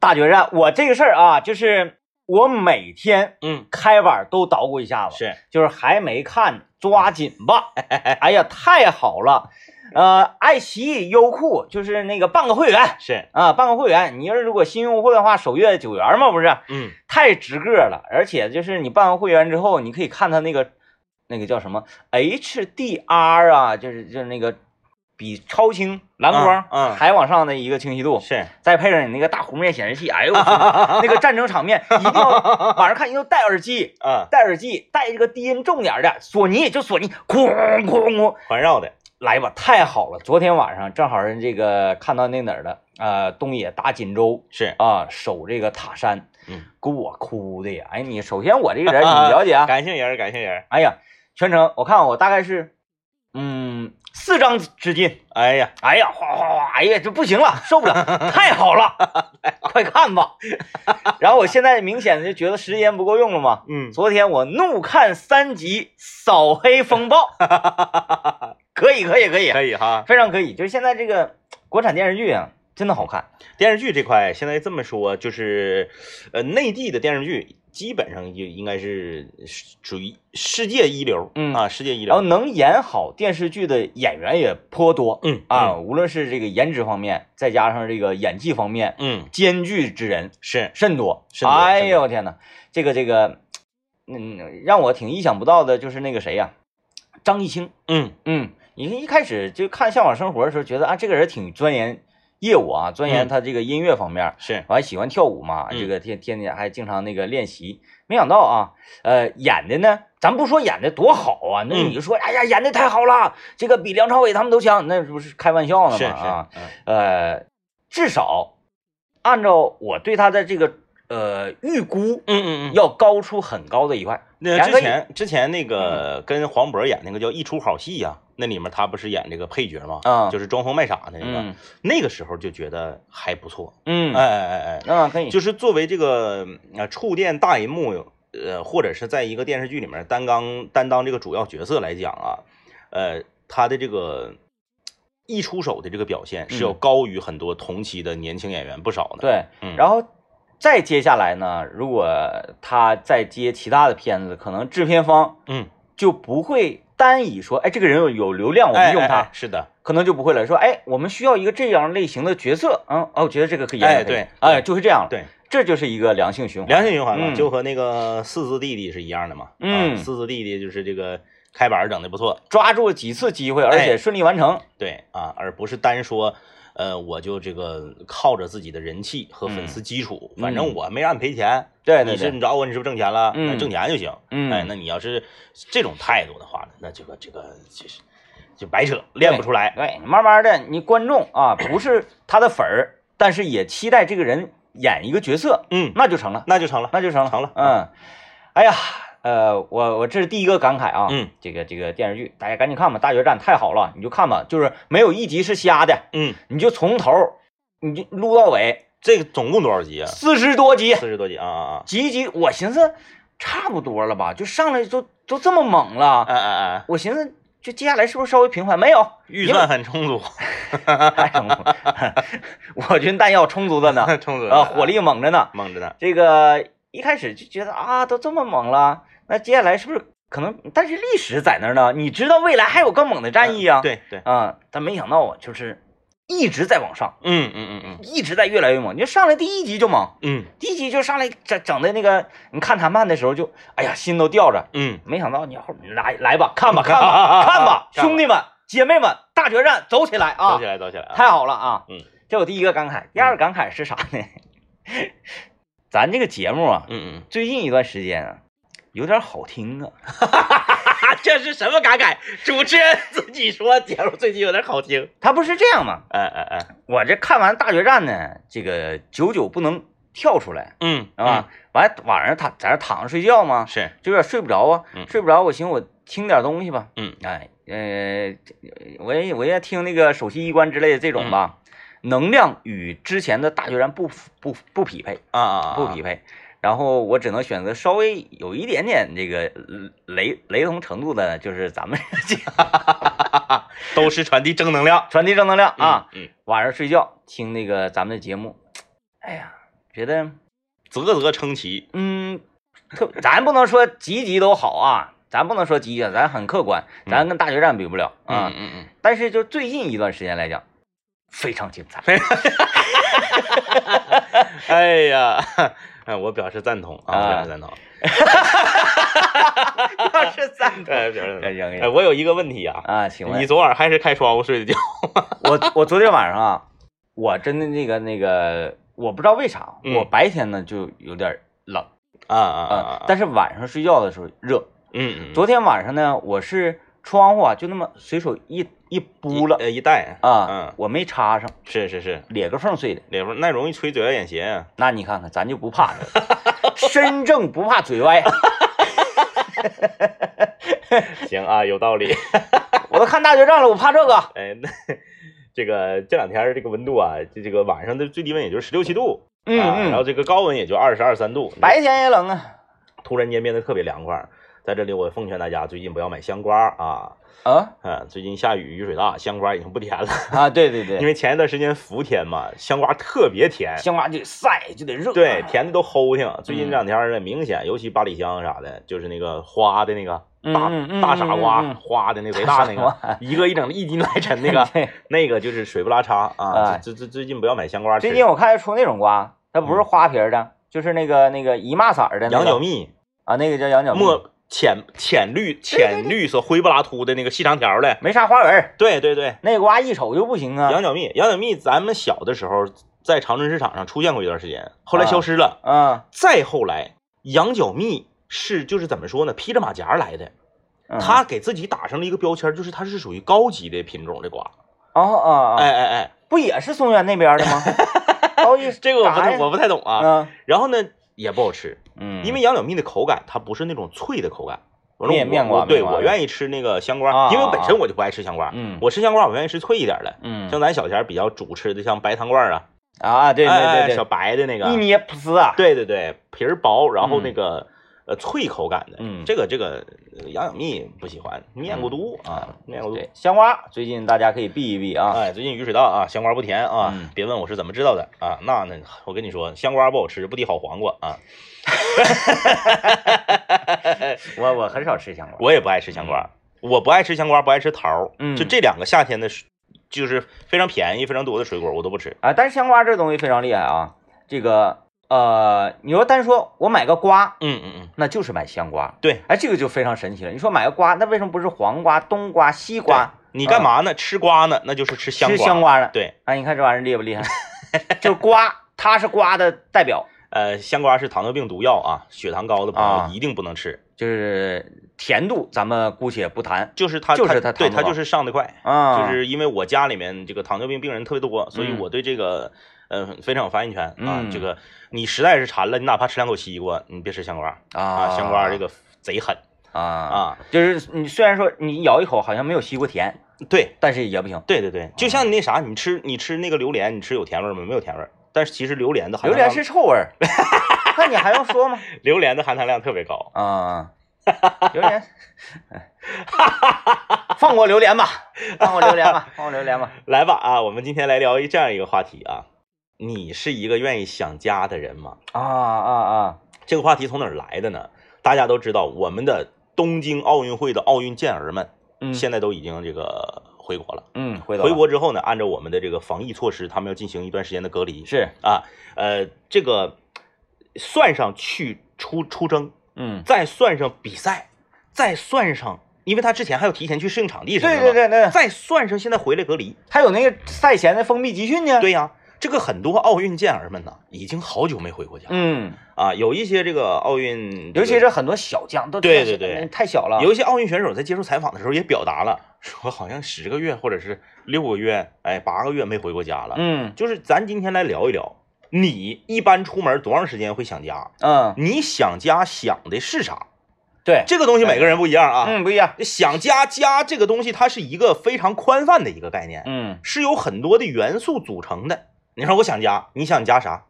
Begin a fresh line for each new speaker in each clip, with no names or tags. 大决战，我这个事儿啊，就是我每天
嗯，
开碗都捣鼓一下子，
是
就是还没看，抓紧吧！ 哎呀，太好了，呃，爱奇艺、优酷就是那个办个会员
是，
啊，办个会员，你要是如果新用户的话，首月九元嘛，不是
嗯，
太值个了，而且就是你办完会员之后，你可以看他那个那个叫什么 HDR 啊，就是就是那个比超清蓝光
嗯嗯
还往上的一个清晰度，
是，
再配上你那个大弧面显示器，哎呦我去，那个战争场面一定要晚上看，一定要戴耳机。
嗯，
戴耳机，戴这个低音重点的，索尼也就索尼，哐哐哐，
环绕的，
来吧，太好了！昨天晚上正好人这个看到那哪儿了，呃，东野打锦州
是，
啊，守这个塔山，
嗯，
给我哭的呀！哎，你首先我这个人你了解啊，
感性人儿，感性人儿，
哎呀，全程我看我大概是，嗯，四张纸巾，
哎呀，
哎呀，哗哗哗，哎呀，这不行了，受 不了，太好了，快看吧！然后我现在明显的就觉得时间不够用了嘛，
嗯，
昨天我怒看三集《扫黑风暴》， 可以，可以，可以，
可以哈。
非常可以。就是现在这个国产电视剧啊，真的好看。
电视剧这块，现在这么说，就是，呃，内地的电视剧基本上就应该是属于世界一流，
嗯
啊，世界一
然后
流，
能演好电视剧的演员也颇多
嗯
啊，，无论是这个颜值方面，再加上这个演技方面，
嗯，嗯
兼具之人
是，
甚多。
甚多
哎
甚
呦我天哪，这个这个，嗯，让我挺意想不到的就是那个谁呀、张艺兴。
嗯
嗯，你一开始就看《向往生活》的时候，觉得啊，这个人挺钻研业务啊，钻研
嗯
他这个音乐方面儿，
是，
我还喜欢跳舞嘛，
嗯
这个天天天还经常那个练习。没想到啊，呃，演的呢，咱不说演的多好啊，那
嗯
你就说，哎呀，演的太好了，这个比梁朝伟他们都强，那不是开玩笑呢
是是，
吗？啊，
嗯
呃，至少按照我对他的这个呃预估，
嗯嗯嗯。
要高出很高的一块。
那
然
之
后
前之前那
嗯
个跟黄渤演那个叫《一出好戏》呀，那里面他不是演这个配角吗？
啊
就是装疯卖傻的那个
嗯。
那个时候就觉得还不错，哎
嗯，
哎哎哎，
啊，可以，
就是作为这个呃触电大银幕，呃，或者是在一个电视剧里面担当担当这个主要角色来讲啊，呃，他的这个一出手的这个表现是要
嗯
高于很多同期的年轻演员不少的。，
对。
嗯，
然后再接下来呢，如果他再接其他的片子，可能制片方
嗯，
就不会单以说，哎，这个人有有流量，我们用他，
哎哎哎是的，
可能就不会了。说，哎，我们需要一个这样类型的角色，嗯，哦，我觉得这个可以演，
哎
可以
对
哎，就是这样，
对，
这就是一个良性循环。
良性循环嘛，
嗯
就和那个四字弟弟是一样的嘛。
嗯
啊四字弟弟就是这个开板儿整的不错，
抓住几次机会，而
哎
且顺利完成，
对啊，而不是单说，呃，我就这个靠着自己的人气和粉丝基础，
嗯
反正我没让你赔钱。
对对
你是
对，
你找我，你是不是挣钱了？
嗯
那挣钱就行。
嗯
哎，那你要是这种态度的话呢，那这个这个就是就白扯，练不出来。
对，哎慢慢的，你观众啊， 不是他的粉儿，但是也期待这个人演一个角色，
嗯，
那就成了。
那 就成了。
那就成了，
成了
嗯，哎呀，呃，我我这是第一个感慨啊，
嗯，
这个这个电视剧，大家赶紧看吧，《大决战》太好了，你就看吧，就是没有一集是瞎的，
嗯，
你就从头你就撸到尾，
这个总共多少集啊？
四十多集，
四十多集啊啊
集集，我寻思差不多了吧，就上来都都这么猛了
啊！，哎哎哎，
我寻思就接下来是不是稍微平缓？没有，
预算很充足，
太充足，哎我军弹药充足的 呢，
充足
啊，火力猛着呢，
猛着呢。
这个一开始就觉得啊，都这么猛了，那接下来是不是可能？但是历史在那儿呢，你知道未来还有更猛的战役啊。
对对，
啊，但没想到啊，就是一直在往上，
嗯嗯嗯嗯
一直在越来越猛。你就上来第一集就猛，
嗯
第一集就上来整整的那个，你看谈判的时候就，哎呀，心都吊着。
嗯，
没想到你后面来来吧，看吧看 吧看吧，
看吧
兄弟们姐妹们，大决战走起来啊！
走起来走起来啊！
太好了啊！
嗯，
这我第一个感慨。第二个感慨是啥呢？ 咱这个节目啊，
嗯嗯，
最近一段时间啊，有点好听啊。
啊，这是什么感慨？主持人自己说，节目最近有点好听。
他不是这样吗？
哎哎哎，
我这看完大决战呢，这个久久不能跳出来，
嗯，
是吧？完晚上躺在这躺着睡觉嘛
嗯？，是，
就有点睡不着啊。
嗯
睡不着，我寻思我听点东西吧。
嗯，
哎，呃，我也我也听那个首席医官之类的这种
嗯
吧。能量与之前的大决战不符不不匹配，
啊啊啊，
不匹配。然后我只能选择稍微有一点点这个雷雷同程度的，就是咱们这个
都是传递正能量
传递正能量啊。
嗯
晚上睡觉听那个咱们的节目，哎呀，觉得
啧啧称奇。
嗯，特咱不能说集集都好啊，咱不能说集集，咱很客观，咱跟大决战比不了啊。
嗯嗯，
但是就最近一段时间来讲，非常精彩。
哎呀，哎我表示赞同啊，我表示赞同，
要 是赞
哎，表示赞
哎
同。
行行
哎，我有一个问题啊，
啊，请
你
问
昨晚还是开窗户睡的觉？
我我昨天晚上啊，我真的那个那个，我不知道为啥，
嗯
我白天呢就有点冷
啊啊啊
啊、
啊！
但是晚上睡觉的时候热。
嗯嗯，
昨天晚上呢，我是窗户啊就那么随手一一
一
拨了
呃一带
啊
嗯，，
我没插上，
是是是，
裂个缝睡的。
里边那容易吹嘴外眼斜啊。
那你看看，咱就不怕这 个，身正不怕嘴歪。
行啊，有道理。
我都看大决战了，我怕这个？
哎，那这个这两天儿这个温度啊，这这个晚上的最低温也就是十六七度，
嗯
啊然后
嗯，
这个高温也就二十二三度，
白天也冷啊
突然间变得特别凉快。在这里，我奉劝大家最近不要买香瓜啊，
啊
嗯，最近下雨雨水大，香瓜已经不甜了，
啊！对对
因
对，
为前一段时间伏天嘛，香瓜特别甜，
香嗯瓜就得晒，就得热。啊
对，甜的都齁挺。最近这两天儿呢，明显，尤其八里香啥的，就是那个花的那个大
嗯嗯嗯
大傻瓜，
嗯嗯
花的那贼
大
大
傻
那
瓜，
个，一个一整一斤来沉 那个
对
那个就是水不拉碴啊
哎。
最最最近不要买香瓜吃，
最近我看出那种瓜，它不
嗯
是花皮儿的，就是那个那个一麻色儿的那
羊
个
角蜜
啊，那个叫羊角蜜，
墨浅浅绿浅绿色灰不拉秃的那个细长条的，
没啥花纹儿，
对对对，
那瓜一瞅就不行啊。
羊角蜜，羊角蜜，咱们小的时候在长春市场上出现过一段时间，后来消失了。
嗯，
再后来，羊角蜜是就是怎么说呢，披着马甲来的，
嗯
他给自己打上了一个标签，就是它是属于高级的品种的瓜。
哦哦
哎
哦，
哎哎，
不也是松原那边的吗？ 高一
这个我不
啥
太
呀
我不太懂啊。
嗯
然后呢，也不好吃，
嗯，
因为羊角蜜的口感它不是那种脆的口感。完了
面
我
面瓜
我对
面瓜
我愿意吃那个香
啊
瓜，因为我本
啊
身我就不爱吃香瓜。
嗯
我吃香瓜我愿意吃脆一点的。
嗯
像咱小前儿比较主吃的，像白糖罐啊，
啊，对
哎哎
对对
小
对，
白的那个，
一捏噗呲啊，
对对对，皮儿薄，然后那
嗯
个、呃脆口感的，
嗯
这个这个呃羊角蜜不喜欢，面过毒、啊，面过毒
对。香瓜最近大家可以避一避啊。
哎，最近雨水大啊，香瓜不甜啊，
嗯
别问我是怎么知道的啊，那呢，我跟你说，香瓜不好吃，不敌好黄瓜啊，
我我很少吃香瓜，
我也不爱吃香瓜，我不爱吃香瓜，不爱吃桃儿，
嗯
就这两个夏天的水，就是非常便宜、非常多的水果，我都不吃。
啊，但是香瓜这东西非常厉害啊。这个呃，你说单说我买个瓜，
嗯嗯嗯，
那就是买香瓜，
对，
哎，这个就非常神奇了。你说买个瓜，那为什么不是黄瓜、冬瓜、西瓜？
你干嘛呢？吃瓜呢？那就是吃香
啊吃
瓜。
香瓜呢？
对，
哎，你看这玩意儿厉不 厉害？就是瓜，它是瓜的代表，
呃，香瓜是糖尿病毒药啊，血糖高的朋
啊
友一定不能吃。
就是甜度，咱们姑且不谈
就是他，
就是他
他，对
糖尿病
他就是上的快，
啊。
就是因为我家里面这个糖尿病病人特别多，所以
嗯
我对这个呃非常有发言权啊
嗯。
这个你实在是馋了，你哪怕吃两口西瓜，你别吃香瓜
啊
啊，，香瓜这个贼狠
啊啊，
啊。
就是你虽然说你咬一口好像没有西瓜甜，
对
但是也不行。
对对对，就
哦
像那啥，你吃你吃那个榴莲，你吃有甜味儿吗？没有甜味儿。但是其实榴莲的含
榴
糖
莲
量
是臭味儿，那你还用说吗？
榴莲的含糖量特别高，
啊，榴 莲，放过榴莲吧，放过榴莲吧，放过榴莲吧。
来吧啊，我们今天来聊一这样一个话题啊，你是一个愿意想家的人吗？
啊啊啊！
这个话题从哪儿来的呢？大家都知道，我们的东京奥运会的奥运健儿们
嗯
现在都已经这个回国了。
嗯，回头吧
回国之后呢，按照我们的这个防疫措施，他们要进行一段时间的隔离。
是，
啊，呃，这个算上去出出征，
嗯，
再算上比赛，再算上，因为他之前还要提前去适应场地什么的
对
嘛
对，对对，
再算上现在回来隔离，
还有那个赛前的封闭集训呢。，
对呀、这个很多奥运健儿们呢，已经好久没回过家、
嗯，
啊，有一些这个奥运这个，
尤其是很多小将都
对
太小
对对
了太小了。
有一些奥运选手在接受采访的时候也表达了， 说好像十个月或者是六个月，哎，八个月没回过家了。
嗯
就是咱今天来聊一聊，你一般出门多长时间会想家？
嗯，
你想家想的是啥？
对，
这个东西每个人不一样啊。
嗯不一样。
想家，家这个东西它是一个非常宽泛的一个概念，
嗯
是由很多的元素组成的。你说我想家，你想家啥？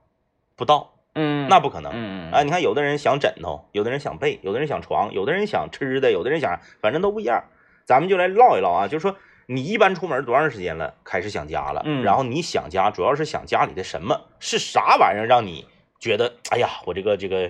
不到，
嗯，
那不可能。
嗯嗯
啊，你看，有的人想枕头，有的人想被，有的人想床，有的人想吃的，有的人想，反正都不一样。咱们就来唠一唠啊，就是说你一般出门多长时间了，开始想家了，
嗯
然后你想家主要是想家里的什么，是啥玩意儿让你觉得哎呀，我这个这个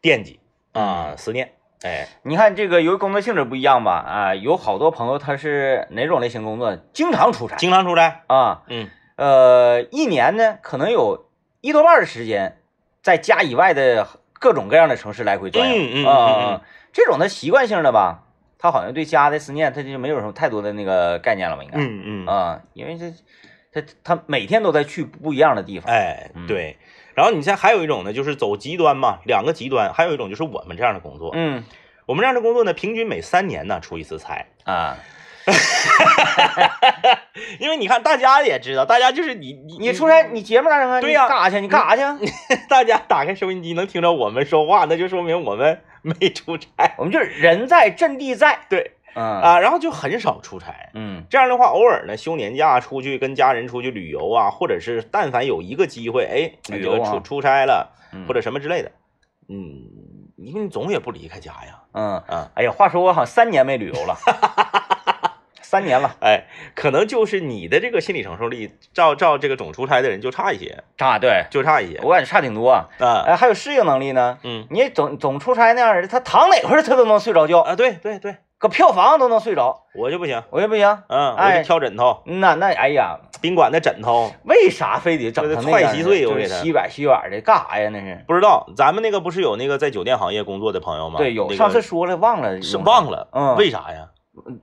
惦记
嗯
啊，思念，哎，
你看这个由于工作性质不一样吧，啊，有好多朋友他是哪种类型工作？经常出差
经常出差，
啊，
嗯，
呃，一年呢可能有一多半的时间在家以外的各种各样的城市来回转悠，
嗯嗯嗯
啊
嗯
这种他习惯性的吧，他好像对家的思念他就没有什么太多的那个概念了吧，应该，
嗯嗯，
啊，因为这他他每天都在去不一样的地方，
哎
嗯，
对。然后你像还有一种呢，就是走极端嘛，两个极端，还有一种就是我们这样的工作，
嗯
我们这样的工作呢，平均每三年呢出一次差，
啊，
因为你看大家也知道，大家就是你你
你出差你节目咋整啊？
对呀嗯
你干啥去？你干啥去啊？
大家打开收音机能听着我们说话，那就说明我们 没出差。
我们就是人在阵地在，
对
嗯
啊，然后就很少出差。
嗯
这样的话，偶尔呢休年假出去跟家人出去旅游啊，或者是但凡有一个机会，哎，
旅
这个
游啊
出出差了
嗯，
或者什么之类的，嗯，因为你总也不离开家呀，
嗯
啊，
哎呀，话说我好像三年没旅游 了，三年了，
哎，可能就是你的这个心理承受力，照照这个总出差的人就差一些，
差对，
就差一些
我感觉差挺多啊。
啊，
哎，还有适应能力呢。
嗯
你总总出差那样人，他躺哪块儿他都能睡着觉，
啊，对对对，
搁票房都能睡着，
我就不行，
我也不行。
嗯，我
哎
就挑枕头，
那那哎呀，
宾馆的枕头，
为啥非得整成那样
快
呢？
稀碎我
就
给
是
他
稀板稀板的，干啥呀？那是。
不知道，咱们那个不是有那个在酒店行业工作的朋友吗？
对，有
那个
上次说了，忘了，
是忘了，
嗯
为啥呀？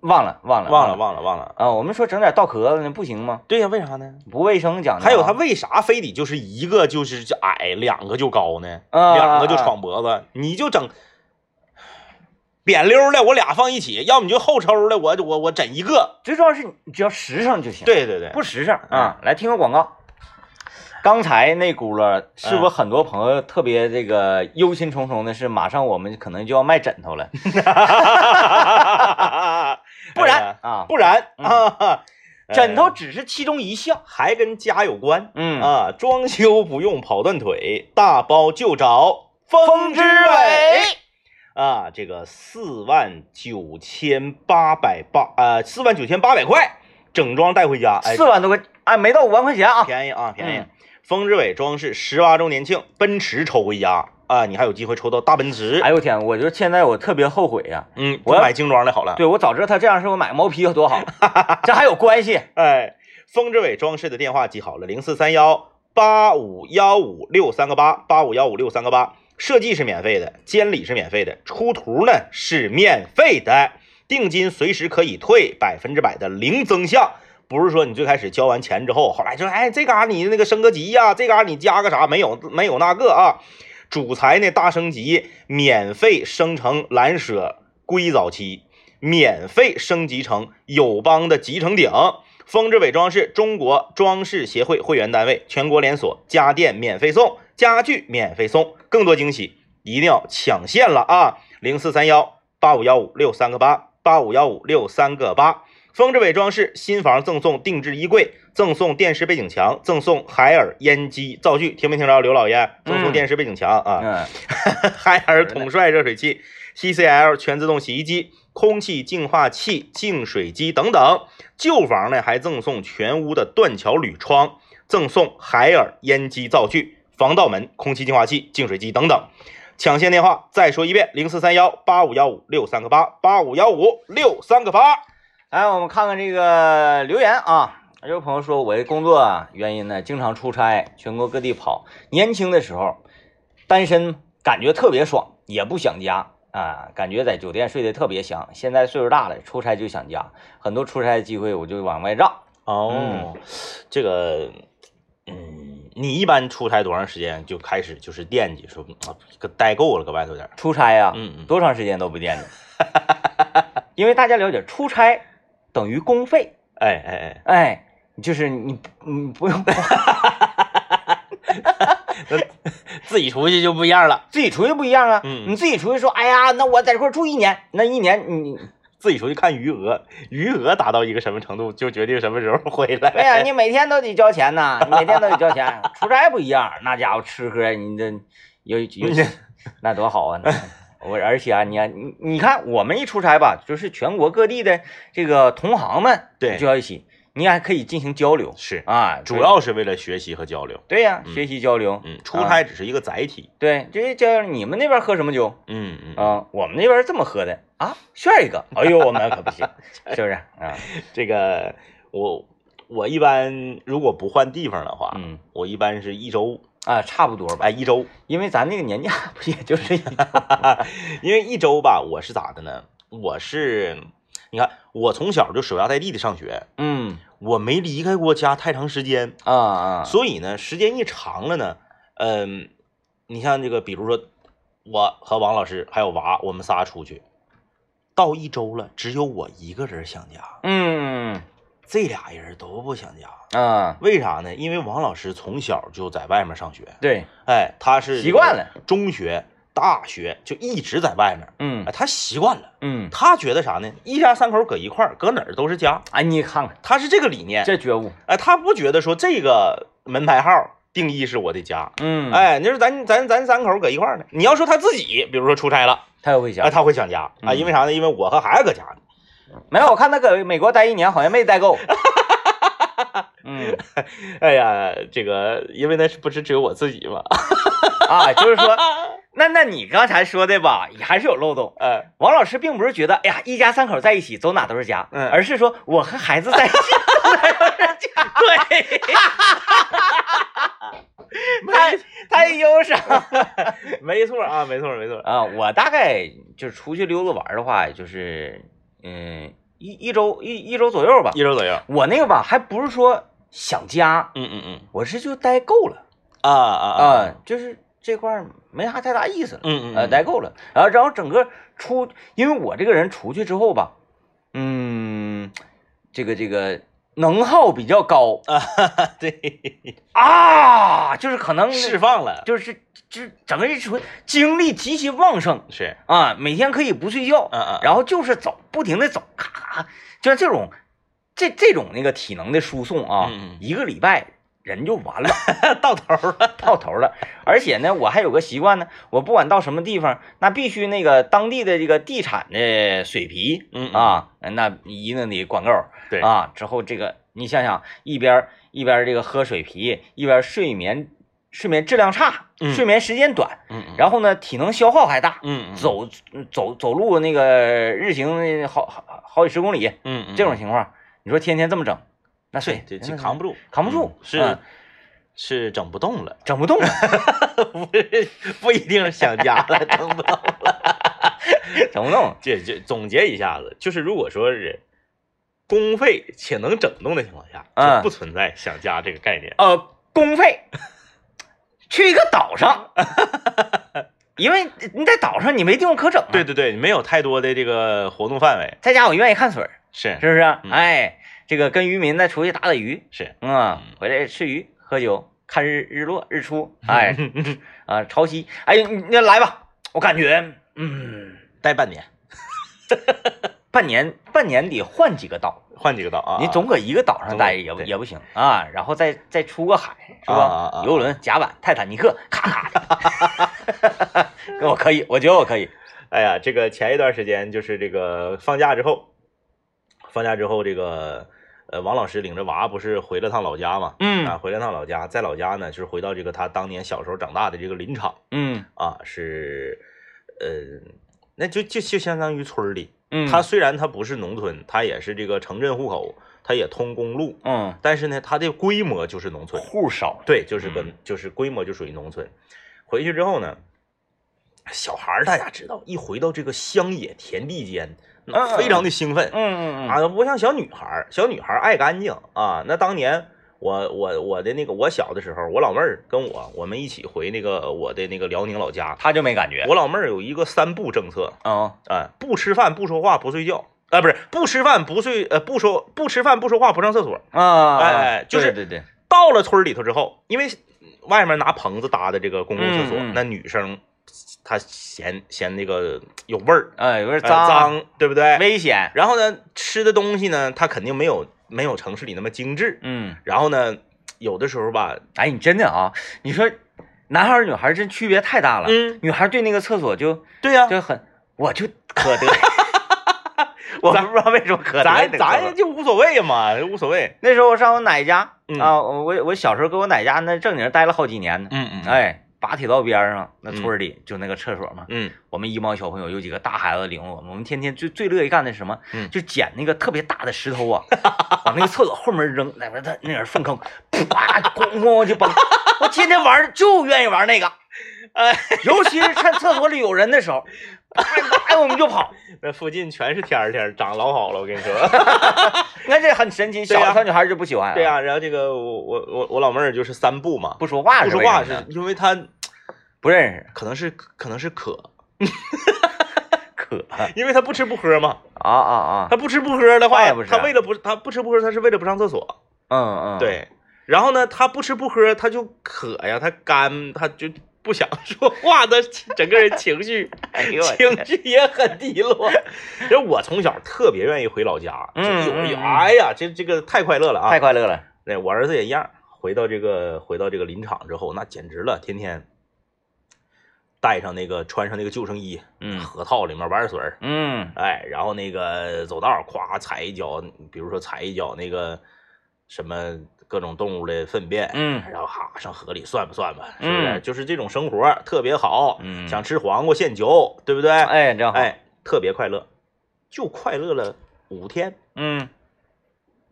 忘了，忘了，
忘了，
了
忘了，忘了。
啊！我们说整点稻壳子呢，不行吗？
对呀，为啥呢？
不卫生讲究啊。
还有他为啥非得就是一个就是就矮，两个就高呢？
啊
两个就闯脖子，你就整扁溜的，我俩放一起，要么你就后抽的，我我我枕一个。
最重要是你只要实诚就行。
对对对，
不时尚啊！来听个广告。刚才那轱辘是不是很多朋友特别这个忧心忡忡的？是马上我们可能就要卖枕头了， 不然啊，
不然
嗯
啊，
枕头
呃
只是其中一项。
还跟家有关。
嗯，
啊，装修不用跑断腿，大包就找风之伟
伟，
啊！这个四万九千八百八啊，四万九千八百块整装带回家，哎
四，万多块，哎，没到五万块钱啊！
便宜啊，便宜！
嗯
风之伟装饰十八周年庆，奔驰抽回家啊，你还有机会抽到大奔驰。
哎呦我天，我就现在我特别后悔呀、
嗯，
我
我
要
买精装的好了。
对我早知道他这样，是我买毛坯有多 好，这还有关系。
哎，风之伟装饰的电话记好了，零四三幺八五幺五六三个八八五幺五六三个八。设计是免费的，监理是免费的，出图呢是免费的，定金随时可以退，百分之百的零增项。不是说你最开始交完钱之后，后来就哎这嘎、你那个升个级呀、这嘎、你加个啥没有没有那个啊，主材呢大升级，免费生成蓝舍硅藻漆，免费升级成友邦的集成顶。风之伟装饰，中国装饰协会会员单位，全国连锁，家电免费送，家具免费送，更多惊喜一定要抢现了啊！零四三幺八五幺五六三个八八五幺五六三个八。风之伟装饰新房赠送定制衣柜，赠送电视背景墙，赠送海尔烟机灶具，听没听着？刘老爷，赠
嗯
送电视背景墙啊！
嗯，
海尔统帅热水器、CCL 全自动洗衣机、空气净化器、净水机等等。旧房呢还赠送全屋的断桥铝窗，赠送海尔烟机灶具、防盗门、空气净化器、净水机等等。抢先电话再说一遍：零四三幺八五幺五六三个八八五幺五六三个八。
来，我们看看这个留言啊。有朋友说，我的工作啊原因呢，经常出差，全国各地跑。年轻的时候，单身感觉特别爽，也不想家啊，感觉在酒店睡得特别香。现在岁数大了，出差就想家，很多出差的机会我就往外让。
哦，这个，嗯，你一般出差多长时间就开始就是惦记说，啊搁待够了，搁外头点儿。
出差呀、
嗯嗯
多长时间都不惦记， 因为大家了解，出差等于公费，
哎哎哎。
哎，就是你你不用
自己出去就不一样了，
自己出去不一样啊，
嗯
你自己出去说，哎呀，那我在这块儿住一年，那一年 你
自己出去看余额，余额达到一个什么程度，就决定什么时候回
对
来。
哎呀、你每天都得交钱呐，你每天都得交钱。出差不一样，那家伙吃喝，你这有
嗯
有 那多好啊！那我而且啊，你啊你你看，我们一出差吧，就是全国各地的这个同行们
对
就要一起。你还可以进行交流
是，
啊，
主要是为了学习和交流。
对呀、
嗯
学习交流，
嗯，出差只是一个载体。
对，这些交流你们那边喝什么酒
嗯嗯，
啊？我们那边这么喝的啊，炫一个，哎呦，我们可 不行，是不是啊？
这个我我一般如果不换地方的话，
嗯
我一般是一周，
啊，差不多吧，
哎，一周，
因为咱那个年假 不也就是一 周
因为一周吧，我是咋的呢？我是你看，我从小就守家待地的上学，
嗯
我没离开过家太长时间，
啊啊，
所以呢，时间一长了呢，嗯，你像这个，比如说我和王老师还有娃，我们仨出去，到一周了，只有我一个人想家，
嗯
这俩人都不想家。
啊，
为啥呢？因为王老师从小就在外面上学，
对，
哎，他是
习惯了，
中学、大学就一直在外面，
嗯
哎，他习惯了，
嗯，
他觉得啥呢？一家三口搁一块儿，搁哪儿都是家，
哎，你看看
他是这个理念，
这觉悟，
哎，他不觉得说这个门牌号定义是我的家，
嗯，，
哎，你说咱咱咱三口搁一块儿呢，你要说他自己，比如说出差了，
他又会想
哎，，他会想家啊，
嗯
因为啥呢？因为我和孩子搁家呢，
没有，我看他搁美国待一年，好像没待 够。嗯
哎呀，这个因为那是不是只有我自己嘛，
啊，就是说，那那你刚才说的吧，也还是有漏洞。
哎，
王老师并不是觉得，哎呀，一家三口在一起走哪都是家，
嗯
而是说我和孩子在一起走哪都是家，
对，
太太忧伤
没错啊，没错没错，
啊。我大概就是出去溜达玩的话，就是嗯一一周一一周左右吧。
一周左右，
我那个吧，还不是说想家，
嗯嗯嗯，
我是就待够了
啊啊
啊、
啊，
就是这块儿没啥太大意思了。
嗯嗯，
呃，待够了。然后，然后整个出，因为我这个人出去之后吧，嗯，这个这个能耗比较高
啊， 对，
啊，就是可能
释放了，
就是就是整个一出精力极其旺盛
是，
啊，每天可以不睡觉，
嗯嗯，
然后就是走，不停的走，咔咔，咔就像这种这这种那个体能的输送啊，
嗯嗯
一个礼拜人就完了。
后到头了，
到头了。而且呢，我还有个习惯呢，我不管到什么地方，那必须那个当地的这个地产的水皮
嗯啊，
啊，那一定得管够。
对
啊，之后这个你想想，一边一边这个喝水皮，一边睡眠睡眠质量差，
嗯
睡眠时间短，
嗯嗯，
然后呢体能消耗还大。
嗯嗯，
走走走路那个日行好好好几十公里，
嗯嗯，
这种情况，你说天天这么整，那谁
对这这扛不
住，
住，
扛不住
嗯是
嗯
是整不动了，
整不动。
不是不一定是想家了， 整不动。
整不动。
这这总结一下子，就是如果说是公费且能整动的情况下，
嗯
就不存在想家这个概念。
呃，公费，去一个岛 上，因为你在岛上你没地方可整啊。
对，对对，没有太多的这个活动范围，
在家我愿意看水儿，
是
是不是？
嗯
哎，这个跟渔民再出去打打鱼，
是，
嗯，回来吃鱼、喝酒、看日日落、日 出，哎，啊、潮汐，哎，你那来吧，我感觉，嗯，
待半年
半年半年得换几个岛，
换几个岛啊，
你总搁一个岛上
总
待
得
也不
对
也不行啊，然后再再出个海是吧？
啊啊啊
游轮、甲板、泰坦尼克，咔咔 的，我可以，我觉得我可以。
哎呀，这个前一段时间就是这个放假之后，放假之后这个呃王老师领着娃不是回了趟老家嘛，啊
嗯
回了趟老家，在老家呢就是回到这个他当年小时候长大的这个林场。
嗯
啊，是，呃，那就就就相当于村儿里。
嗯，
它虽然它不是农村，它也是这个城镇户口，它也通公路，
嗯
但是呢，它的规模就是农村。
户嗯少，
对，就是跟、就是规模就属于农村。回去之后呢，小孩儿大家知道，一回到这个乡野田地间，那
嗯
非常的兴奋。
嗯嗯嗯
啊，不像小女孩儿，小女孩儿爱干净啊。那当年我我我的那个我小的时候，我老妹儿跟我我们一起回那个我的那个辽宁老家，
他就没感觉。
我老妹儿有一个三不政策，
嗯
啊，不吃饭、不说话、不睡觉。啊、不是不吃饭不睡，呃，不说不吃饭不说话不上厕所。
啊，
哎就是
对对对，
到了村儿里头之后，因为外面拿棚子搭的这个公共厕所，
嗯嗯
那女生她嫌嫌那个有味儿、
哎，有点
呃
脏，
脏，对不对？
危险。
然后呢，吃的东西呢，它肯定没有没有城市里那么精致。
嗯，
然后呢，有的时候吧，
哎，你真的啊，你说男孩儿女孩儿真区别太大了。
嗯，
女孩儿对那个厕所就
对呀、
就很，我就可得我们不知道为什么可
咱
怜那个哥
咱
们儿
就无所谓嘛，无所谓。
那时候我上我奶家、
嗯
啊，我我小时候跟我奶家那正经待了好几年呢。
嗯嗯哎，
哎，八铁道边儿上那村儿里就那个厕所嘛，
嗯
我们一帮小朋友有几个大孩子领我们，我们天天最最乐意干的是什么？
嗯
就捡那个特别大的石头啊，往那个厕所后面扔，哪边他那点粪坑，啪咣咣就崩。我天天玩儿就愿意玩那个，
哎，
尤其是看厕所里有人的时候，啪啪我们就跑。
那附近全是天儿天儿，长老好了，我 跟你
哎
说。
你看这很神奇，
对
小
呀
的小女孩就不喜欢、 啊
对，呀、啊然后这个我我我我老妹儿就是三不嘛，
不说话
不
是
说
为什
话
么呢
是因为她
不认识
可能是可能是渴，
可
因为她不吃不喝嘛，
啊啊啊，
她不吃不喝
饭
的话
也不，吃
她为了不她不吃不喝，她是为了不上厕所。
嗯嗯，，
对，然后呢，他不吃不喝，他就渴呀，他干，他就不想说话，他整个人 情绪
哎 呦我
情绪也很低落。 因为我从小特别愿意回老家，这
嗯
有有，
嗯嗯
哎呀，这这个太快乐了啊！
太快乐了，
对我儿子也一样，回到这个回到这个林场之后，那简直了，天天带上那个穿上那个救生衣，
嗯
河套里面玩水儿。
嗯
哎，然后那个走道儿咵踩一脚，比如说踩一脚那个什么各种动物的粪便，
嗯
然后哈上河里涮吧涮吧，是不是？
嗯
就是这种生活特别好，
嗯，
想吃黄瓜现揪，对不对？哎
哎真好，
特别快乐，就快乐了五天，
嗯，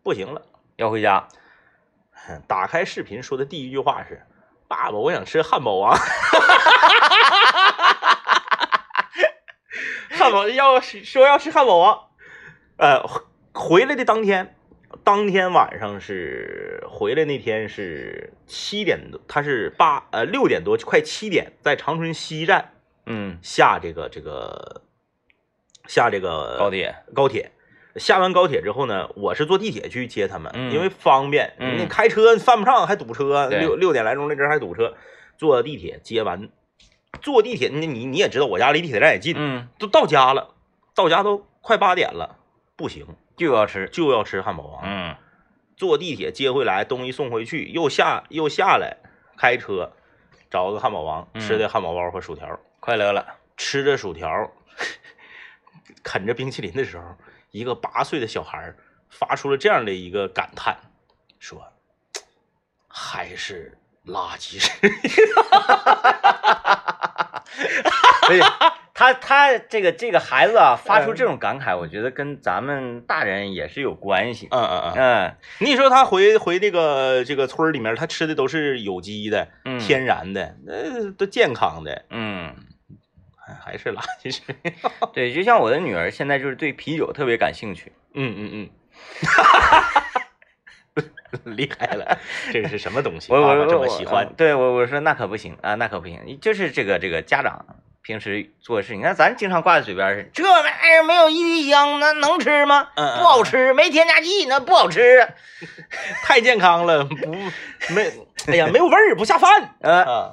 不行了，
要回家。
嗯打开视频说的第一句话是：“爸爸，我想吃汉堡王。”汉堡要是说要吃汉堡王，呃，回回来的当天，当天晚上是回来那天是七点多，他是八呃六点多快七点，在长春西站
嗯，
下这个这个下这个
高铁，
高铁。下完高铁之后呢，我是坐地铁去接他们，
嗯
因为方便。
嗯
你开车犯不上，还堵车。
对
六六点来钟那阵儿还堵车，坐地铁接完，坐地铁你你你也知道，我家离地铁站也近，
嗯，
都到家了，到家都快八点了，不行，
就要吃，
就要吃汉堡王。
嗯
坐地铁接回来，东西送回去，又下又下来，开车找个汉堡王，
嗯
吃的汉堡包和薯条。，
快乐了，
吃着薯条，啃着冰淇淋的时候，一个八岁的小孩儿发出了这样的一个感叹，说：“还是垃圾食
所以他他这个这个孩子啊，发出这种感慨，我觉得跟咱们大人也是有关系”。
嗯嗯嗯，
嗯
你说他回回那个这个村儿里面，他吃的都是有机的、
嗯
天然的，呃，都健康的，
嗯，
还还是垃圾食。
对，就像我的女儿现在就是对啤酒特别感兴趣，
嗯嗯嗯， 厉害了，这是什么东西？
我
爸
我
爸
我
这么喜
我
欢
嗯，对我我说那可不行啊，那可不行，就是这个这个家长。平时做事，你看咱经常挂在嘴边儿是这玩意儿没有一滴香，那能吃吗？
嗯嗯
不好吃，没添加剂，那不好吃。啊
太健康了，不没， 哎呀，没有味儿，不下饭。
嗯、
啊，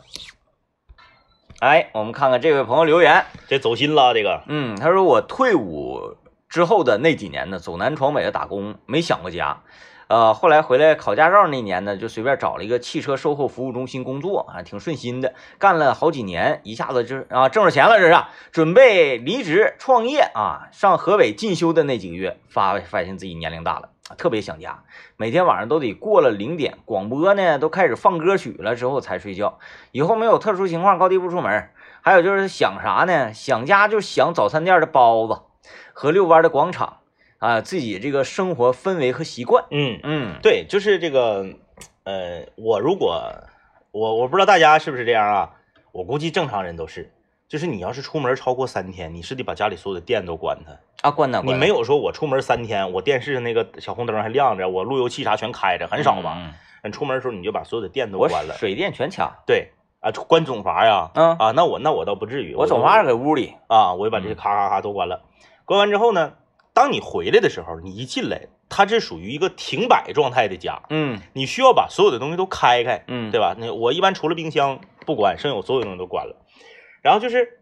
哎，我们看看这位朋友留言，
这走心了，这个，
嗯，他说我退伍之后的那几年呢，走南闯北的打工，没想过家。呃，后来回来考驾照那年呢，就随便找了一个汽车售后服务中心工作，啊，挺顺心的，干了好几年，一下子就是啊挣着钱了，这是准备离职创业啊。上河北进修的那几个月，发发现自己年龄大了，啊特别想家，每天晚上都得过了零点，广播呢都开始放歌曲了之后才睡觉，以后没有特殊情况，高低不出门，还有就是想啥呢？想家就想早餐店的包子和遛弯的广场啊，自己这个生活氛围和习惯。
嗯，
嗯
对，就是这个，呃，我如果我我不知道大家是不是这样啊，我估计正常人都是，就是你要是出门超过三天，你是得把家里所有的电都关它，
啊，关呐，
你
关呐
没有说我出门三天，我电视上那个小红灯还亮着，我路由器啥全开着，很少吧？
嗯
你出门的时候你就把所有的电都
我
关了，
水电全掐，
对啊，关总阀呀，
嗯
啊，那我那我倒不至于，
我总
都
怕搁屋里。
啊，我就把这些咔咔咔都关了。关完之后呢，当你回来的时候，你一进来，它这属于一个停摆状态的家，
嗯
你需要把所有的东西都开开，
嗯，
对吧？那我一般除了冰箱不关，剩下我所有东西都关了。然后就是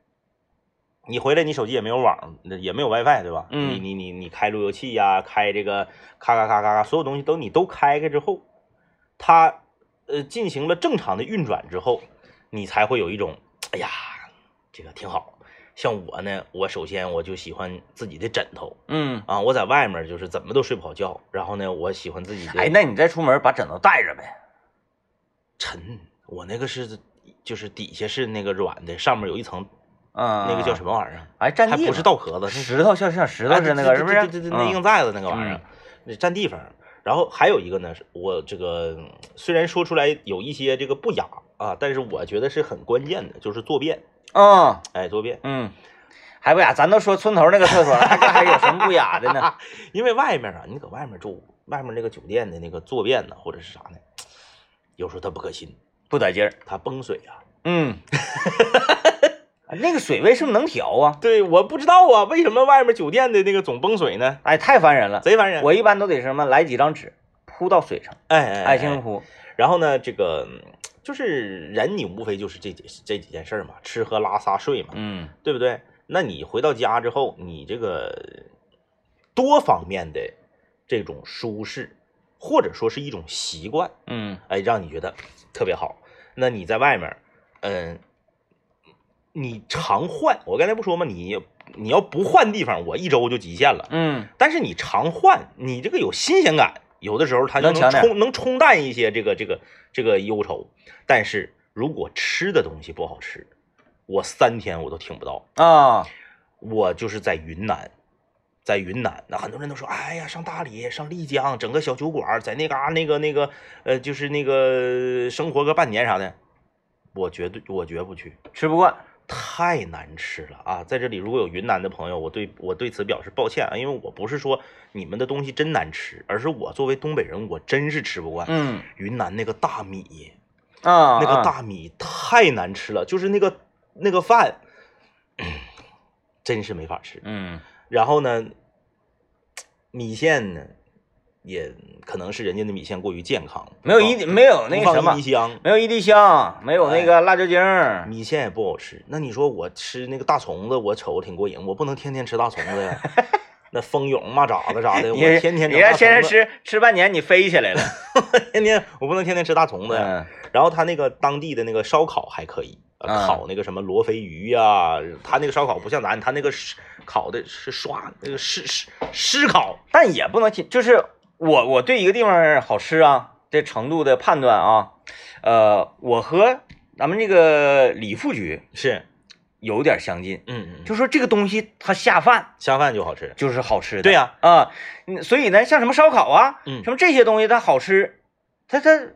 你回来，你手机也没有网，也没有 WiFi，对吧？
嗯
你你你你开路由器呀、开这个咔咔咔咔咔，所有东西都你都开开之后，它呃进行了正常的运转之后，你才会有一种哎呀，这个挺好，像我呢，我首先我就喜欢自己的枕头
嗯，
啊，我在外面就是怎么都睡不好觉，然后呢，我喜欢自己的
哎，那你再出门把枕头带着呗。
沉，我那个是就是底下是那个软的，上面有一层
嗯，
那个叫什么玩意儿啊？
哎，占
还
地
不是
方
稻壳子，那是
石头，像像石头似的那个，
哎
是不是？
对对对，对那硬
嗯
寨子那个玩意
嗯
儿，那占地方。然后还有一个呢，是我这个嗯虽然说出来有一些这个不雅啊，但是我觉得是很关键的，就是坐便。
嗯
哎，坐便，
嗯，还不雅，咱都说村头那个厕所，还还有什么不雅的呢？
因为外面啊，你搁外面住，外面那个酒店的那个坐便呢，或者是啥呢，有时候它 不可信，
不得劲儿。
它崩水啊。
嗯， 那个水位是不是能调啊？
对，我不知道啊，为什么外面酒店的那个总崩水呢？
哎，太烦人了。
贼烦人。
我一般都得什么来几张纸铺到水上，
哎哎
爱情铺。
然后呢，这个嗯就是人，你无非就是这几这几件事儿嘛，吃喝拉撒睡嘛，
嗯
对不对？那你回到家之后，你这个多方面的这种舒适，或者说是一种习惯，
嗯
哎，让你觉得特别好。那你在外面儿，嗯，你常换，我刚才不说吗？你你要不换地方，我一周就极限了。
嗯，
但是你常换，你这个有新鲜感，有的时候它就
能强
能
点
冲能冲淡一些这个这个这个忧愁。但是如果吃的东西不好吃，我三天我都挺不到。
啊，
我就是在云南，在云南，那很多人都说，哎呀，上大理，上丽江，整个小酒馆，在那嘎、那个那个呃，就是那个生活个半年啥的，我绝对我绝不去，
吃不惯。
太难吃了啊！在这里如果有云南的朋友，我对我对此表示抱歉啊，因为我不是说你们的东西真难吃，而是我作为东北人，我真是吃不惯。
嗯
云南那个大米，
啊，
那
啊
个大米太难吃了，就是那个那个饭，真是没法吃。
嗯
然后呢，米线呢，也可能是人家的米线过于健康，
没有一滴没有那
不
个
放
什么
一滴，香，哎
没有一滴香，没有那个辣椒精儿。
米线也不好吃。那你说我吃那个大虫子，我瞅着挺过瘾，我不能天天吃大虫 子呀。那蜂蛹、蚂蚱子啥的，我
你
天天
你
整
要
大
天天
虫子，
吃吃半年，你飞起来了。
天天我不能天天吃大虫子呀。
嗯
然后他那个当地的那个烧烤还可以，呃
嗯
烤那个什么罗非鱼呀、他那个烧烤不像咱，他那个是烤的是刷那个湿湿湿烤，
但也不能提，就是我我对一个地方好吃啊这程度的判断啊，呃，我和咱们这个李副局
是，
有点相近，
嗯嗯，嗯
就说这个东西它下饭
下饭就好吃。
就是好吃的，
对呀
啊，嗯所以呢，像什么烧烤啊，
嗯
什么这些东西它好吃，它它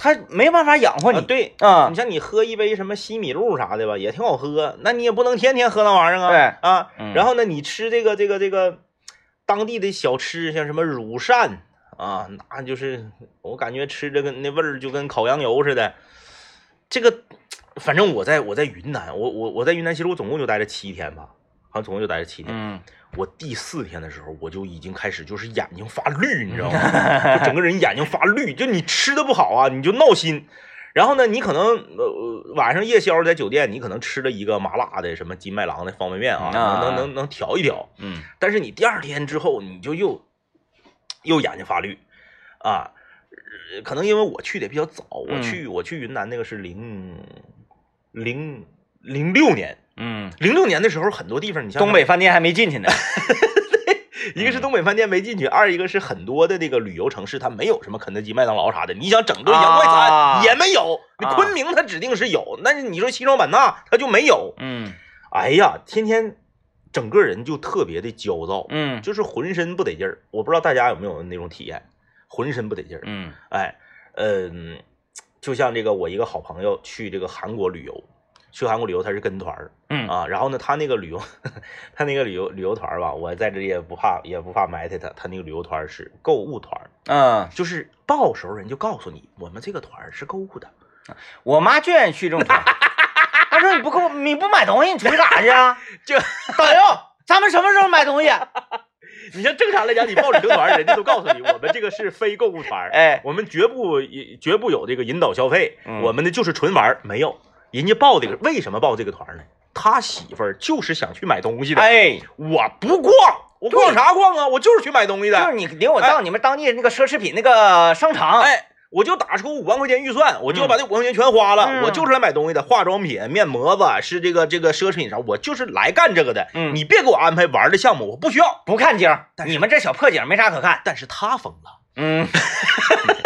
它没办法养活你，
啊对
啊
你，像你喝一杯什么西米露啥的吧，也挺好喝，那你也不能天天喝那玩意儿啊。
对
啊，
嗯
然后呢，你吃这个这个这个当地的小吃，像什么乳扇啊，那就是我感觉吃这个那味儿就跟烤羊油似的。这个，反正我在我在云南，我我我在云南，其实我总共就待了七天吧，好像总共就待了七天。
嗯
我第四天的时候，我就已经开始就是眼睛发绿，你知道吗？ 就整个人眼睛发绿，就你吃的不好啊，你就闹心。然后呢，你可能呃晚上夜宵在酒店，你可能吃了一个麻辣的什么金麦郎的方便面啊，
啊
能能能调一调。
嗯
但是你第二天之后，你就又又眼睛发绿啊，呃可能因为我去的也比较早，我
嗯
去、我去云南那个是零零零六年，
嗯，
零六年的时候很多地方你像
东北饭店还没进去呢，
一个是东北饭店没进去，二一个是很多的那个旅游城市它没有什么肯德基、麦当劳啥的，你想整顿洋快
啊
餐也没有。你
啊
昆明它指定是有，那你说西双版纳它就没有。
嗯
哎呀，天天整个人就特别的焦躁，
嗯
就是浑身不得劲儿。我不知道大家有没有那种体验，浑身不得劲儿。
嗯
哎，嗯，就像这个我一个好朋友去这个韩国旅游，去韩国旅游他是跟团儿，
嗯
啊，然后呢，他那个旅游， 他那个旅游旅游团儿吧，我在这里也不怕，也不怕埋汰他。他那个旅游团儿是购物团儿，
嗯，
就是到时候人就告诉你，我们这个团儿是购物的。
我妈就愿意去这种 地方，她说你不给我你不买东西，你出去干啥去啊？
就
导游，咱们什么时候买东西？啊
你像正常来讲，你报旅游团儿，人家都告诉你，我们这个是非购物团儿，
哎，
我们绝不绝不有这个引导消费，
嗯
我们的就是纯玩儿。没有，人家报这个为什么报这个团儿呢？他媳妇儿就是想去买东西的，
哎，
我不逛，我逛啥逛啊？我就是去买东西的。
就是你领我到你们当地那个奢侈品那个商场，
哎，我就打出五万块钱预算，我就把这五万块钱全花了，
嗯
我就是来买东西的，化妆品、面膜子是这个这个奢侈品啥，我就是来干这个的。
嗯
你别给我安排玩的项目，我不需要。
不看景儿，
但是
你们这小破景儿没啥可 看。
但是他疯了，
嗯，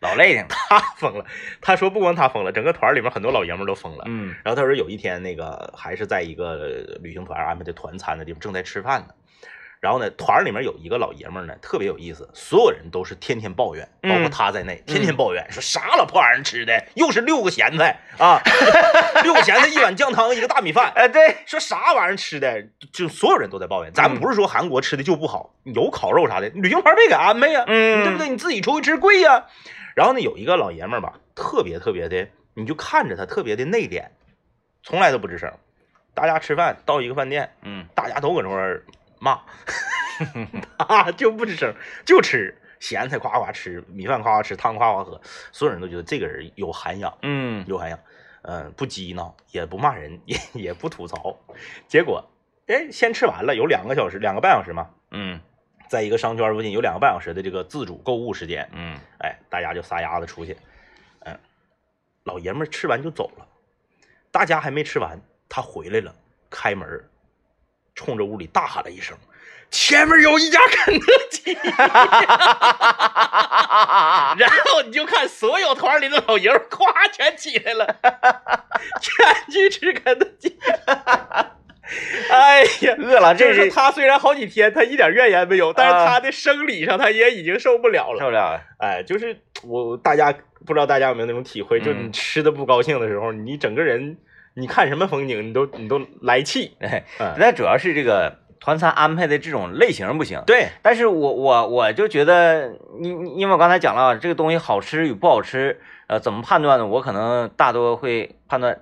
老累挺了。
他疯了。他说不光他疯了，整个团里面很多老爷们儿都疯了。
嗯
然后他说有一天那个还是在一个旅行团安排的团餐的地方正在吃饭呢，然后呢团里面有一个老爷们儿呢特别有意思，所有人都是天天抱怨，
嗯
包括他在内，天天抱怨、说啥老破玩意儿吃的，又是六个咸菜啊， 六个咸菜一碗酱汤一个大米饭。
哎，对，
说啥玩意儿吃的，就所有人都在抱怨。咱
嗯
们不是说韩国吃的就不好，有烤肉啥的，旅行团没给安排呀、
嗯
对不对？你自己出去吃贵呀、然后呢，有一个老爷们儿吧，特别特别的，你就看着他特别的内敛，从来都不吱声。大家吃饭到一个饭店，
嗯
大家都搁那块儿骂，他就不吱声，就吃咸菜，夸夸吃，米饭夸夸吃，汤夸夸喝，所有人都觉得这个人有涵养。
嗯，
有涵养，嗯，不激闹，也不骂人， 也也不吐槽。结果，哎，先吃完了，有两个小时，两个半小时嘛，
嗯
在一个商圈附近有两个半小时的这个自主购物时 间，
嗯
哎，大家就撒丫子出去，嗯，老爷们儿吃完就走了，大家还没吃完，他回来了，开门儿，冲着屋里大喊了一声：“前面有一家肯德基。” 然后你就看所有团里的老爷们儿咵全起来了，全去吃肯德基。哎呀，
饿了，这
这是
是
他虽然好几天他一点怨言没有，但
啊
是他的生理上他也已经受不了了。
受不了了。
哎，就是我大家不知道大家有没有那种体会，就
嗯
你吃的不高兴的时候，你整个人你看什么风景你都你都来气。
哎
嗯，
那主要是这个团餐安排的这种类型不行。
对，
但是我我我就觉得，你你因为我刚才讲了啊，这个东西好吃与不好吃，呃，怎么判断呢？我可能大多会判断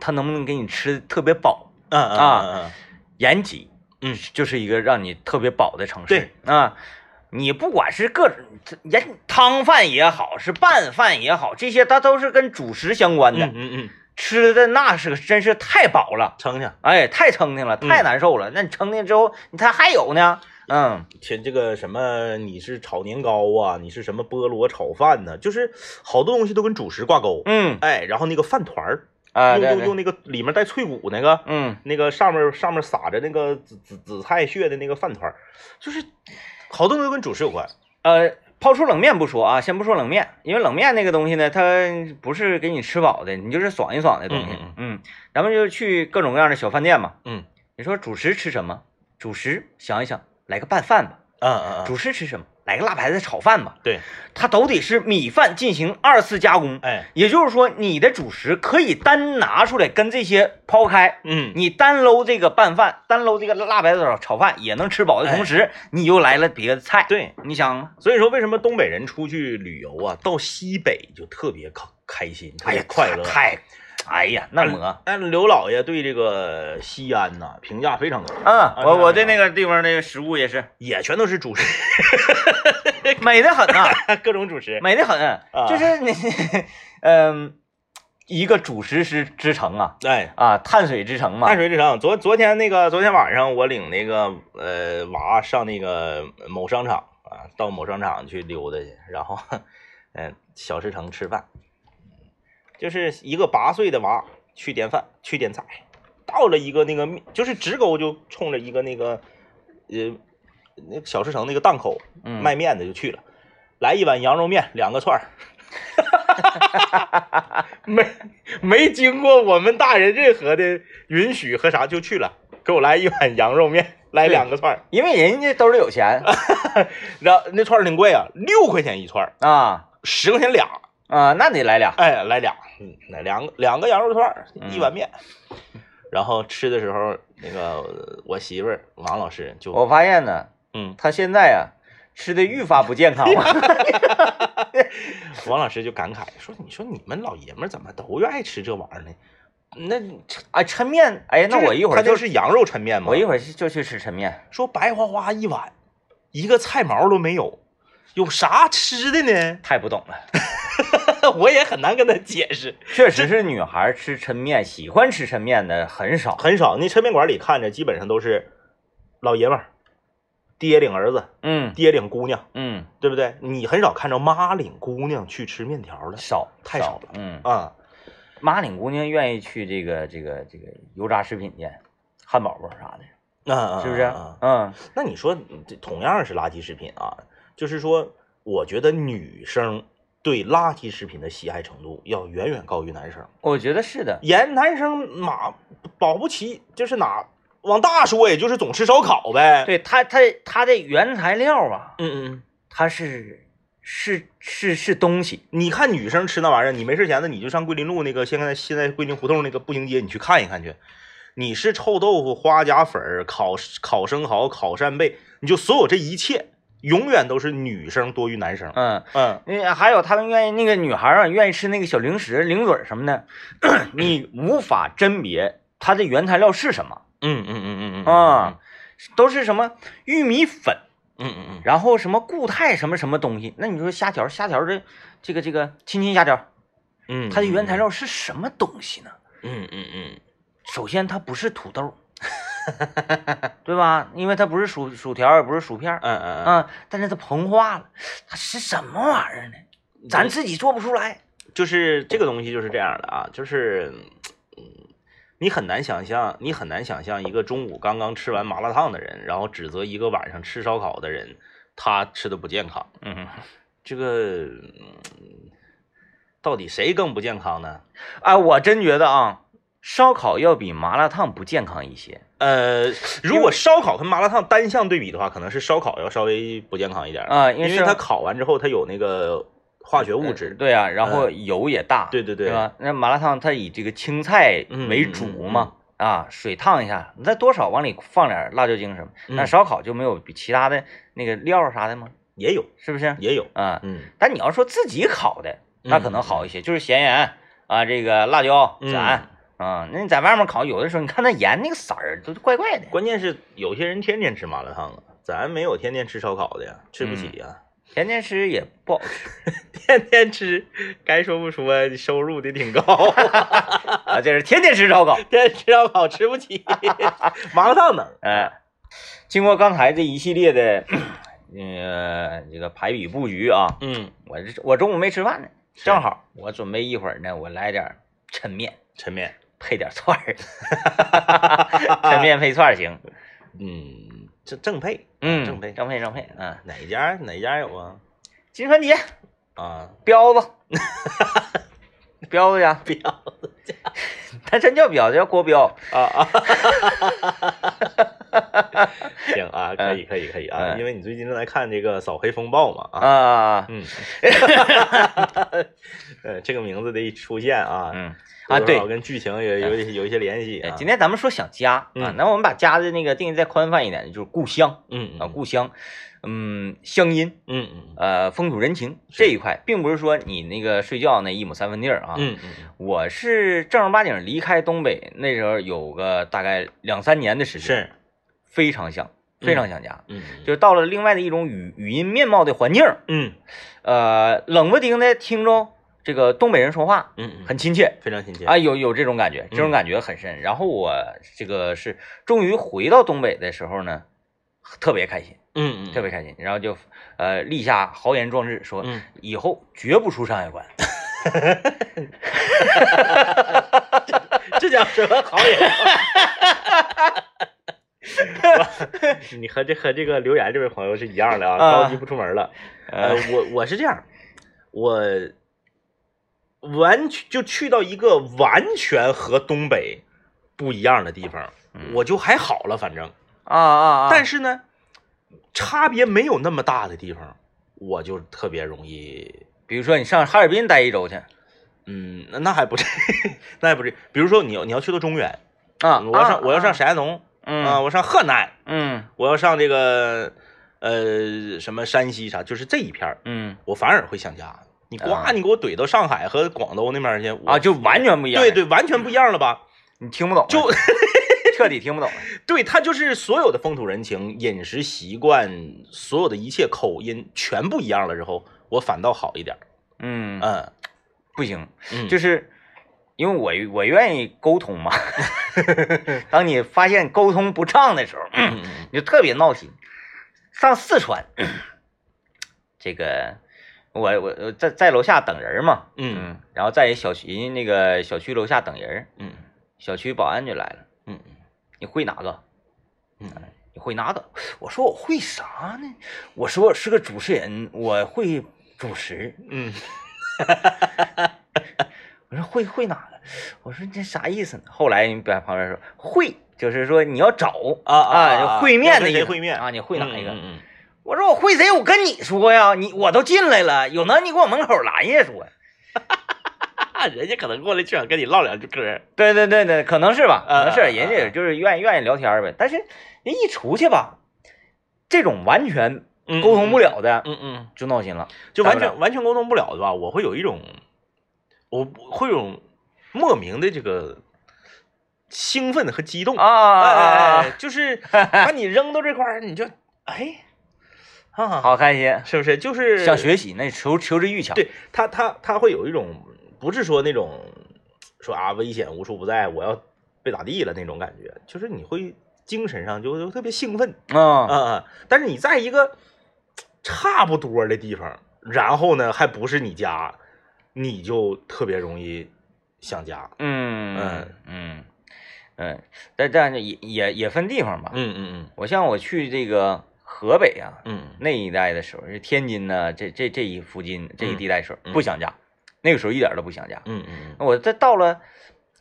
它能不能给你吃得特别饱。
嗯嗯
啊
嗯
延吉，
嗯，
就是一个让你特别饱的城市。
对
啊，你不管是各种盐汤饭也好，是拌饭也好，这些它都是跟主食相关
嗯
的，
嗯嗯嗯，
吃的那是真是太饱了，
撑撑。
哎，太撑挺了，
嗯
太难受了。那你撑挺之后，它还有呢，嗯
天，这个什么，你是炒年糕啊，你是什么菠萝炒饭呢、就是好多东西都跟主食挂钩。
嗯
哎，然后那个饭团儿，
啊，
用
对
用
对
用，那个里面带脆骨那个，
嗯，
那个上面上面撒着那个紫紫紫菜屑的那个饭团儿，就是好多东西都跟主食有关。
呃。抛出冷面不说啊，先不说冷面，因为冷面那个东西呢，它不是给你吃饱的，你就是爽一爽的东西。
嗯
嗯，咱们就去各种各样的小饭店嘛，
嗯
你说主食吃什么？主食想一想，来个拌饭吧。
嗯嗯嗯，
主食吃什么？来个辣白菜炒饭吧。
对，
它都得是米饭进行二次加工。
哎，
也就是说，你的主食可以单拿出来跟这些抛开，
嗯
你单搂这个拌饭，单搂这个辣白菜炒炒饭也能吃饱的同时，你又来了别的菜。，
哎对，
你想吗？
所以说为什么东北人出去旅游啊，到西北就特别开开心，特
哎
别
呀，
快乐。嗯
太，哎呀，那么，
但刘老爷对这个西安呐、评价非常高，
嗯，
那
我我对那个地方那个食物也是
也全都是主食，
美的很 呐、
各种主食。
美的很，
啊
就是你， 嗯，一个主食之之城啊，
哎，
啊，碳水之城嘛，
淡水之城，昨昨天那个昨天晚上我领那个呃娃上那个某商场啊，到某商场去溜达去，然后 嗯、呃小吃城吃饭，就是一个八岁的娃去点饭去点菜，到了一个那个面就是直勾就冲着一个那个呃那个小吃城那个档口
嗯
卖面的就去了，来一碗羊肉面两个串儿。 没没经过我们大人任何的允许和啥就去了，给我来一碗羊肉面，来两个串儿，
因为人家兜里有 钱
然后那串儿挺贵啊，六块钱一串儿，
啊
十块钱俩，
啊，那得来俩，
哎，来俩，嗯，来两个两个羊肉串儿，
嗯
一碗面。然后吃的时候，那个我媳妇儿王老师就
我发现呢，
嗯，
他现在啊吃的愈发不健康啊 了，
王老师就感慨说：“你说你们老爷们儿怎么都爱吃这玩意儿呢？那
啊，抻面，哎，那我一会儿
就
就是嗯
羊肉抻面嘛，
我一会儿就去吃抻面，
说白花花一碗，一个菜毛都没有，有啥吃的呢？
太不懂 了，
我也很难跟他解释，
确实是女孩吃抻面，喜欢吃抻面的很少，
很少。那抻面馆里看着基本上都是老爷们儿，爹领儿子，
嗯
爹领姑娘，
嗯，
对不对？你很少看着妈领姑娘去吃面条了
少
太少了
嗯，
啊。
马岭姑娘愿意去这个这个这个油炸食品店，汉堡包啥的，
那
是不是？
啊
嗯
那你说，这同样是垃圾食品啊，就是说，我觉得女生对垃圾食品的喜爱程度要远远高于男生。
我觉得是的，
严男生哪保不齐就是哪往大说，也就是总吃烧烤呗。，
对它它它的原材料啊，
嗯嗯。
它是是是是东西，
你看女生吃那玩意儿，你没事闲的你就上桂林路那个现在现在桂林胡同那个步行街，你去看一看去。你是臭豆腐、花甲粉儿、烤烤生蚝、烤扇贝，你就所有这一切，永远都是女生多于男生。
嗯。
嗯，
那还有他们愿意那个女孩儿啊，愿意吃那个小零食、零嘴儿什么的， 你无法甄别它的原材料是什么
嗯嗯嗯嗯嗯
啊，，都是什么玉米粉，
嗯嗯嗯，
然后什么固态什么什么东西。那你说虾条，虾条这这个这个亲亲虾条，
嗯，
它的原材，料是什么东西呢？
嗯嗯
首先它不是土豆， 对吧？因为它不是薯薯条，也不是薯片儿
嗯嗯嗯嗯，
啊，但是它膨化了，它是什么玩意儿呢？咱自己做不出来。
就是这个东西就是这样的啊，就是，嗯，你很难想象，你很难想象一个中午刚刚吃完麻辣烫的人，然后指责一个晚上吃烧烤的人，他吃的不健康，
嗯。
这个、嗯到底谁更不健康呢？
哎，我真觉得啊，烧烤要比麻辣烫不健康一些。
呃，如果烧烤跟麻辣烫单项对比的话，可能是烧烤要稍微不健康一点儿
啊因
因
为
为
是
它烤完之后它有那个化学物质，
对啊，然后油也大，
对对对嗯
对吧？那麻辣烫它以这个青菜为主嘛，啊，水烫一下，你再多少往里放点辣椒精什么。
嗯
那烧烤就没有比其他的那个料儿啥的吗？
也有
是不是？
也有，
啊，
嗯。
但你要说自己烤的，那可能好一些，就是咸盐啊，这个辣椒
嗯
斩。啊，那你在外面烤，有的时候你看那盐那个色儿都怪怪的，
关键是有些人天天吃麻辣烫啊，咱没有天天吃烧烤的呀，吃不起呀。
天天吃也不好吃
天天吃，该说不说，收入得挺高。
啊，这是天天吃烧烤。
天天吃烧烤吃不起， 麻辣烫能。
哎，经过刚才这一系列的，呃，这个排比布局啊，
嗯，
我这我中午没吃饭呢，正好我准备一会儿呢，我来点儿抻面
抻面，
配点串 儿，抻面配串儿行，
嗯，这正配，
嗯，
正配。
正配正配，嗯，
哪一家哪一家有啊？
金川杰
啊，
彪 子，彪子呀，
彪
他真叫彪子，叫郭彪，
啊 啊！行啊，可以可以可以啊，
哎
因为你最近正在看这个《扫黑风暴》嘛啊，
啊，
嗯， 呃，这个名字的一出现啊，
嗯
多
啊，
多
对
少，跟剧情也有一有一些联系
哎
啊。
今天咱们说想家啊
嗯，
那我们把家的那个定义再宽泛一点，就是故乡。
嗯
啊，故乡，嗯，乡音，
嗯嗯
呃，风土人情这一块，并不是说你那个睡觉那一亩三分地儿啊。
嗯嗯，
我是正儿八经离开东北那时候有个大概两三年的时间，
是，
非常想，非常想家，
嗯就
就是到了另外的一种语语音面貌的环境，
嗯
呃，冷不丁的听着这个东北人说话，
嗯
很亲切。
非常亲切
啊，有有这种感觉，这种
嗯
感觉很深。然后我这个是终于回到东北的时候呢，特别开心。
嗯嗯，
特别开心，然后就呃立下豪言壮志，说
嗯，
以后绝不出山海关。
这叫什么好演？ 你和这和这个留言这位朋友是一样的啊，
啊
着急不出门了。呃
呃，，
我我是这样，我完全就去到一个完全和东北不一样的地方，
嗯
我就还好了，反正。
啊啊啊！
但
是
是呢，差别没有那么大的地方，我就特别容易，
比如说你上哈尔滨待一周去啊
嗯，那那还不是， 那还不是。比如说你要你要去到中原，
啊，
我要上、我要上
啊，
山东啊，
嗯
我上河南，
嗯
我要上这个呃什么山西啥，就是这一片儿，
嗯
我反而会想家。你呱，
啊
你给我怼到上海和广州那边去，我
啊，就完全不一样。
对，对，完全不一样了吧？
你听不懂，
就
彻底听不懂。
对，它就是所有的风土人情、饮食习惯，所有的一切口音全不一样了之后，我反倒好一点儿。
嗯，
嗯
不行，
嗯，
就是因为我我愿意沟通嘛。 当你发现沟通不畅的时候，
嗯
嗯
嗯
你就特别闹心。上四川，这个我我我在在楼下等人嘛，
嗯，
然后在小区人家那个小区楼下等人，
嗯
小区保安就来了，
嗯
你会哪个？
嗯
你会哪个？我说我会啥呢？我说我是个主持人，我会主持。
嗯
我说会会哪个？我说这啥意思呢？后来人在旁边说会，就是说你要找
啊
啊，
啊，
就会面的意
谁
思，
会面
啊，你会哪一个？
嗯
我说我会谁？我跟你说呀，你我都进来了，有能你给我门口拦下说。
啊，人家可能过来就想跟你唠两句嗑。
对对对对，可能是吧，可能是
啊啊啊
人家也就是愿意愿意聊天呗。但是人一出去吧，这种完全
嗯
沟通不了的
嗯嗯，
就闹心了。
就完
大不
全完全沟通不了的吧？我会有一种，我会有种莫名的这个兴奋 和激动
啊啊
哎
啊
哎
啊
哎！就是把你扔到这块儿，你就
啊！
哎啊，
好开心，
是不是？就是
想学习，那求求知欲强。
对他他他会有一种不是说那种说啊危险无处不在，我要被咋地了那种感觉，就是你会精神上就就特别兴奋啊、
啊，
啊！但是你在一个差不多的地方，然后呢还不是你家，你就特别容易想家。
嗯嗯
嗯
嗯嗯，但但是也也也分地方吧。
嗯嗯
我像我去这个河北啊，
嗯
那一带的时候，是天津呢，这这这一附近这一地带的时候、
嗯嗯
不想家，那个时候一点都不想家。
嗯嗯嗯
我再到了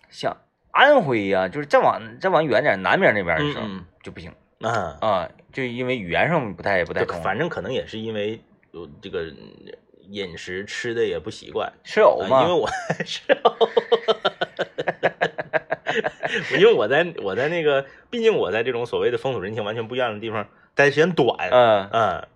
像安徽呀、就是再往再往远点南边那边的
嗯
时候、
嗯
就不行
嗯啊，
啊，就因为语言上不太不太
就
通，
反正可能也是因为有这个饮食吃的也不习惯，
吃藕
啊
嘛，
因为我是哦， 因为我在我在那个，毕竟我在这种所谓的风土人情完全不一样的地方待的时间短，嗯、
呃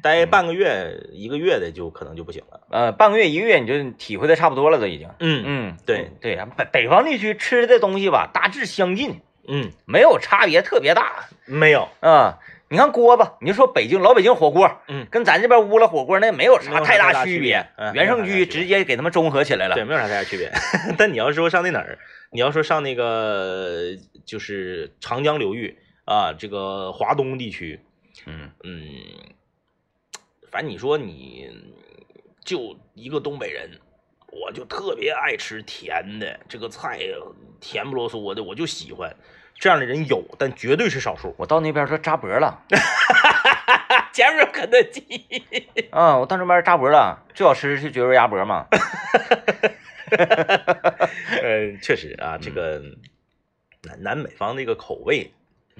待半个月、一个月的就可能就不行了。
呃半个月一个月你就体会的差不多了，都已经。
嗯
嗯，
对
对，北北方地区吃的东西吧，大致相近，
嗯，
没有差别特别大。
没有，
啊，你看锅巴，你就说北京老北京火锅，
嗯
跟咱这边乌拉火锅那没有
没
啥
有啥
太
太大
区
区
别
别，嗯
原
没
生
有啥
区
大区
直接给他们综合起来了。
对，没有啥太大区别。 但你要说上那哪儿，你要说上那个就是长江流域啊，这个华东地区，
嗯，。
嗯，反正你说你就一个东北人，我就特别爱吃甜的，这个菜甜不啰嗦的，我就喜欢。这样的人有，但绝对是少数
我到那边说扎脖了，
前面有肯德基，哎
啊，我到那边扎脖了，最好吃是绝味鸭脖嘛。
嗯，确实啊，这个南南北方那个口味，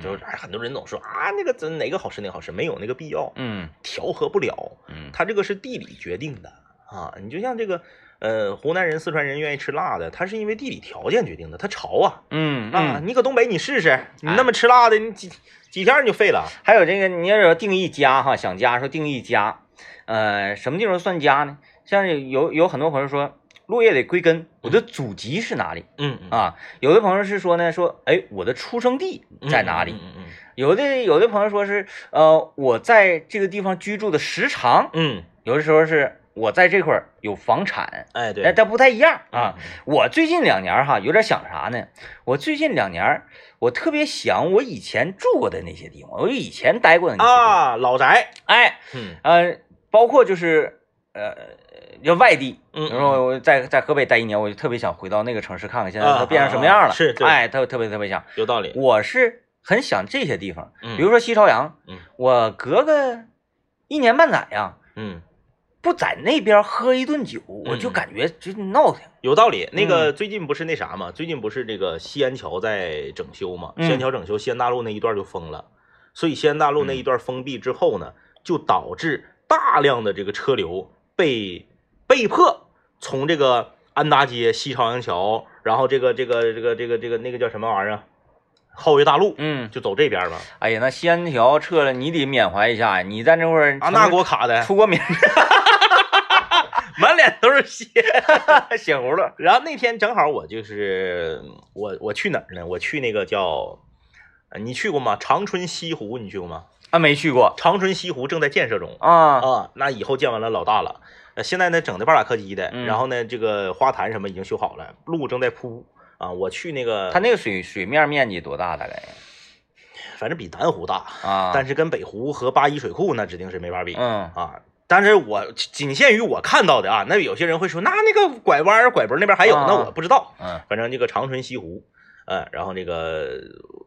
就是哎很多人总说啊，那个怎哪个好吃哪个好吃，没有那个必要，
嗯
调和不了。
嗯
它这个是地理决定的啊。你就像这个，呃，湖南人、四川人愿意吃辣的，它是因为地理条件决定的，它潮啊
嗯
啊！
嗯，
你搁东北你试试，你那么吃辣的，你几几天你就废了。
还有这个，你要有定义家哈，想家说定义家，呃，什么地方算家呢？像是有有很多朋友说落叶得归根，我的祖籍是哪里
嗯啊，
啊？有的朋友是说呢，说哎，我的出生地在
在
哪
哪
里
里？？嗯
有的有的朋友说是，呃，我在这个地方居住的时长，
嗯，
有的时候是我在这块儿有房产，
哎对
但但不太一样啊。
嗯
我最近两年哈，有点想啥呢？我最近两年，我特别想我以前住过的那些地方，我以前待过的那些地方，
啊，老宅。
哎，
嗯
呃，包括就是呃，就外地。
嗯
然后我在在河北待一年，我就特别想回到那个城市看看，现在
啊
它变成什么
啊啊
样了？
是对
哎，特特别特别想。
有道理。
我是很想这些地方，
嗯
比如说西朝阳，
嗯
我隔个一年半载呀、
嗯，
不在那边喝一顿酒，我就感觉就闹腾。
有道理。那
嗯
个最近不是那啥嘛？最近不是这个西安桥在整修嘛？
嗯
西安桥整修，西安大路那一段就封了，所以西安大路那
嗯
一段封闭之后呢，就导致大量的这个车流被被迫从这个安达街、西朝阳桥，然后这个这个这个这个这个那个叫什么玩意儿，皓月大路，
嗯，
就走这边了。
哎呀，那西安条撤了，你得缅怀一下。你在那块儿
啊，那给我卡的，
出过名，
满脸都是血。
血葫芦。
然后那天正好我就是我我去哪儿呢？我去那个叫，呃你去过吗？长春西湖你去过吗？
啊，没去过
长春西湖正在建设中
啊。
啊，那以后建完了老大了。呃，现在呢整的半拉磕叽的，
嗯
然后呢这个花坛什么已经修好了，路正在铺啊。我去那个
它那个水水面面积多大？大概
反正比南湖大，
啊，
但是跟北湖和八一水库那指定是没法比、
嗯
啊。但是我仅限于我看到的啊，那有些人会说，那那个拐弯儿拐弯儿那边还有，
啊
那我不知道。
嗯
反正这个长春西湖，呃，然后那个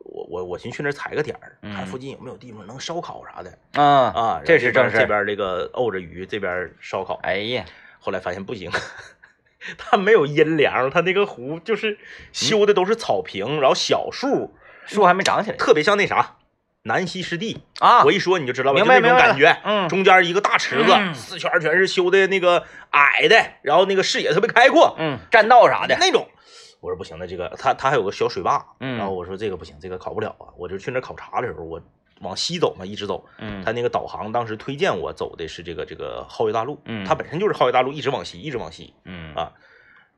我我我寻去那儿踩个点儿，
嗯
看附近有没有地方能烧烤啥的
啊，
啊。
这是
然后
正
这边这
事。
边这个沤着鱼，这边烧烤。
哎呀，
后来发现不行， 它没有阴凉，它那个湖就是修的都是草坪，然后小树，
树还没长起来
特别像那啥南溪湿地。
啊
我一说你就知道吧，
明
就
白
那种
明白
感觉。
嗯
中间一个大池子，
嗯
四圈全是修的那个矮的，然后那个视野特别开阔，
嗯，栈道啥的，
那种。我说不行，那这个它它还有个小水坝，
嗯
然后我说这个不行，这个考不了啊。我就去那考察的时候，我往西走嘛，一直走。
嗯
他那个导航当时推荐我走的是这个这个皓月大路，
嗯
它本身就是皓月大路，一直往西，一直往西，
嗯
啊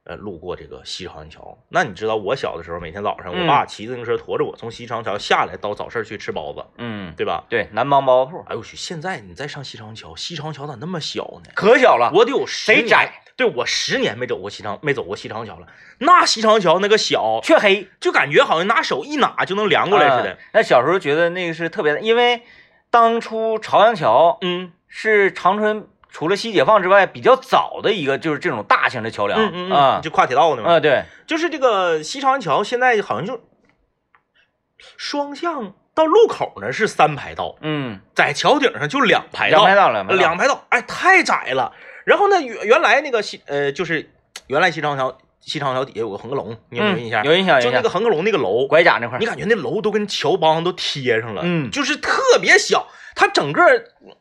呃，路过这个西长桥。那你知道我小的时候，每天早上
嗯
我爸骑自行车驮着我从西长桥下来到早市去吃包子，
嗯，
对吧？
对，南帮包铺
哎呦我去！现在你再上西长桥，西长桥咋那么小呢？
可小了，
我得有十
贼
年
窄，
对我十年没走过西长，没走过西长桥了。那西长桥那个小，
黢黑
就感觉好像拿手一拿就能量过来似的
啊。那小时候觉得那个是特别的，因为当初朝阳桥
嗯
是长春除了西解放之外比较早的一个，就是这种大型的桥梁
嗯嗯
啊
嗯，就跨铁道呢嘛。
啊，对，
就是这个西长桥现在好像就双向到路口那是三排道，
嗯，
在桥顶上就两排
两
道，
排道嗯两排道
哎两排道，哎，太窄了。然后呢，原原来那个西呃，就是原来西长桥西长桥底下有个横格龙，你有没有印象？
嗯有印象，
就那个横格龙那个楼，
拐角那块儿
你，感觉那楼都跟桥帮都贴上了，
嗯
就是特别小，它整个嗯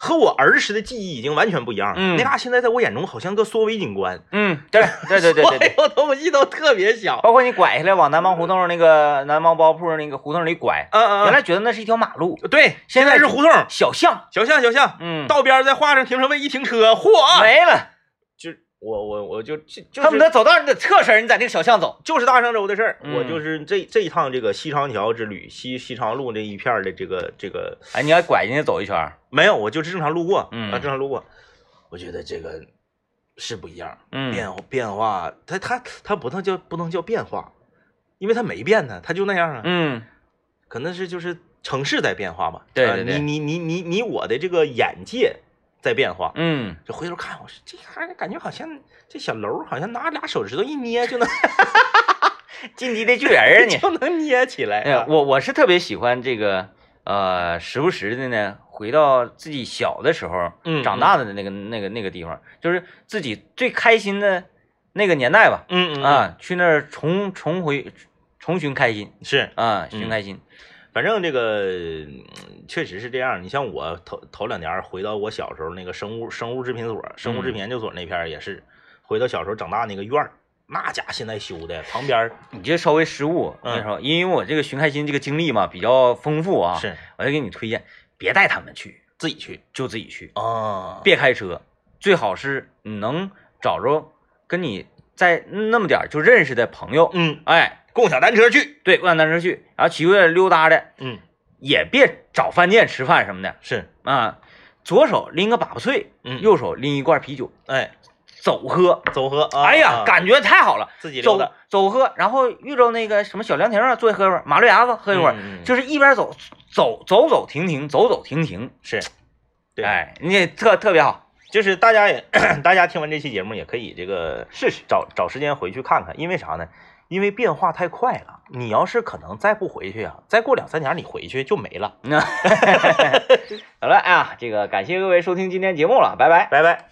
和我儿时的记忆已经完全不一样了。
嗯
那嘎现在在我眼中好像个缩微景观，
嗯，对对对对对 对，
所有东西都特别小。
包括你拐下来往南帮胡同那个南帮包铺那个胡同里拐，
嗯嗯，
原
嗯
来觉得那是一条马路
对，
现
现
在
在是胡同
小巷，
小巷小巷，
嗯，
道边儿再画上停车位，一停车，嚯，啊
没了，
就我我我就就就
恨不
是
得走道你得侧身，你在那个小巷走，
就是大商周的事儿。
嗯
我就是这这一趟这个西长桥之旅，西西长路这一片儿的这个这个
哎，你要拐进去走一圈儿，
没有，我就是正常路过，
嗯
啊，正常路过。我觉得这个是不一样，
嗯，
变变化，它它它不能叫不能叫变化，因为它没变呢，它就那样啊，
嗯，
可能是就是城市在变化嘛，
对
啊
对对
你你你你你我的这个眼界在变化。
嗯，
就回头看，我说这孩子感觉好像这小楼好像拿俩手指头一捏就能
进击的巨人啊 你。
就能捏起来
哎呀
啊。，
我我是特别喜欢这个，呃，时不时的呢，回到自己小的时候，
嗯
长大的那个那个那个地方，就是自己最开心的那个年代吧，
嗯嗯，
啊，去那儿重重回重寻开心
是，
啊，
嗯
寻开心，
反正这个嗯确实是这样。你像我头头两年回到我小时候那个生物生物制品所、生
嗯
物制品研究所那片儿也是，回到小时候长大那个院儿，那家现在修的旁边儿
你这稍微失误，我
嗯
跟你说，因为我这个寻开心这个经历嘛比较丰富啊，
是
我就给你推荐，别带他们去，
自己去
就自己去，
啊，
别开车，最好是你能找着跟你在那么点儿就认识的朋友，
嗯，
哎。
共享单车去，
对，共享单车去，然后骑过来溜达的，
嗯，
也别找饭店吃饭什么的
是，
啊。左手拎个粑粑碎，
嗯
右手拎一罐啤酒，
哎，
走喝。
走喝，啊、
哎呀，
啊
感觉太好了，
自己溜
走
达，
走喝，然后遇着那个什么小凉亭啊，坐一喝一会儿，马路牙子喝一会儿，
嗯嗯嗯
就是一边走走走走停停，走走停停，
是。对
哎，你也特特别 好，
就是大家也， 大家听完这期节目也可以这个试试，找找时间回去看看，因为啥呢？因为变化太快了，你要是可能再不回去啊，再过两三年你回去就没了。
那好了啊，这个感谢各位收听今天节目了，拜拜。
拜拜。